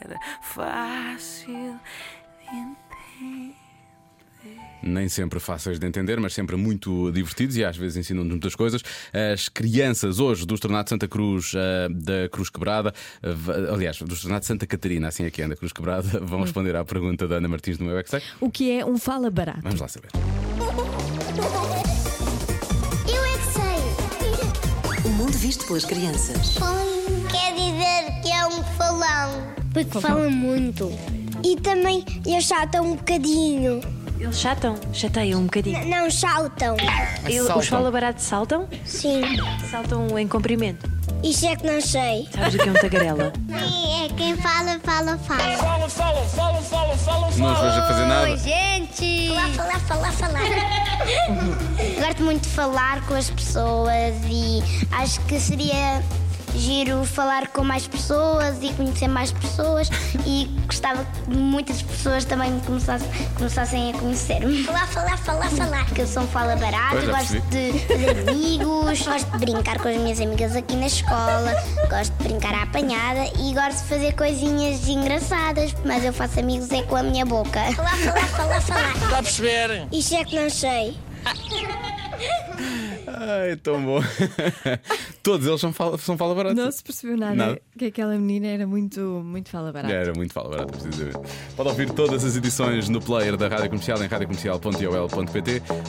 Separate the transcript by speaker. Speaker 1: era fácil de entender.
Speaker 2: Nem sempre fáceis de entender, mas sempre muito divertidos e às vezes ensinam-nos muitas coisas. As crianças hoje do Estornado Santa Cruz eh, da Cruz Quebrada, eh, va- aliás, do Estornado Santa Catarina, assim é que anda, Cruz Quebrada, vão
Speaker 3: Hum.
Speaker 2: responder à pergunta da Ana Martins do meu Excel.
Speaker 3: O que é um fala barato?
Speaker 2: Vamos lá saber.
Speaker 4: Eu é que sei.
Speaker 5: O mundo visto pelas crianças.
Speaker 4: Quer dizer que é um falão. Porque fala muito. E também eles saltam um bocadinho.
Speaker 6: Eles chatam, chateiam um bocadinho.
Speaker 4: N- Não saltam.
Speaker 6: Eu- os fala barato saltam?
Speaker 4: Sim.
Speaker 6: Saltam em comprimento.
Speaker 4: Isso é que não sei.
Speaker 6: Sabes o que é um tagarela?
Speaker 4: Sim, é quem fala, fala, fala.
Speaker 2: Não os vejo a fazer nada.
Speaker 3: é-
Speaker 4: gente! Falar, falar, falar, falar. Gosto muito de falar com as pessoas e acho que seria giro falar com mais pessoas e conhecer mais pessoas e gostava que muitas pessoas também me começassem, começassem a conhecer-me. Falar, falar, falar, falar. Que eu sou um fala barato,
Speaker 2: Pois, já
Speaker 4: gosto de fazer amigos, gosto de brincar com as minhas amigas aqui na escola, gosto de brincar à apanhada e gosto de fazer coisinhas engraçadas, mas eu faço amigos é com a minha boca. Falar, falar, falar, falar.
Speaker 7: Está a perceber?
Speaker 4: Isso é que não sei.
Speaker 2: Ai, tão bom. Todos eles são fala, são fala barata.
Speaker 3: Não se percebeu nada,
Speaker 2: Nada.
Speaker 3: que aquela menina era muito, muito fala barata.
Speaker 2: É, Era muito fala barata, precisamente. Pode ouvir todas as edições no player da Rádio Comercial em radiocomercial.iol.pt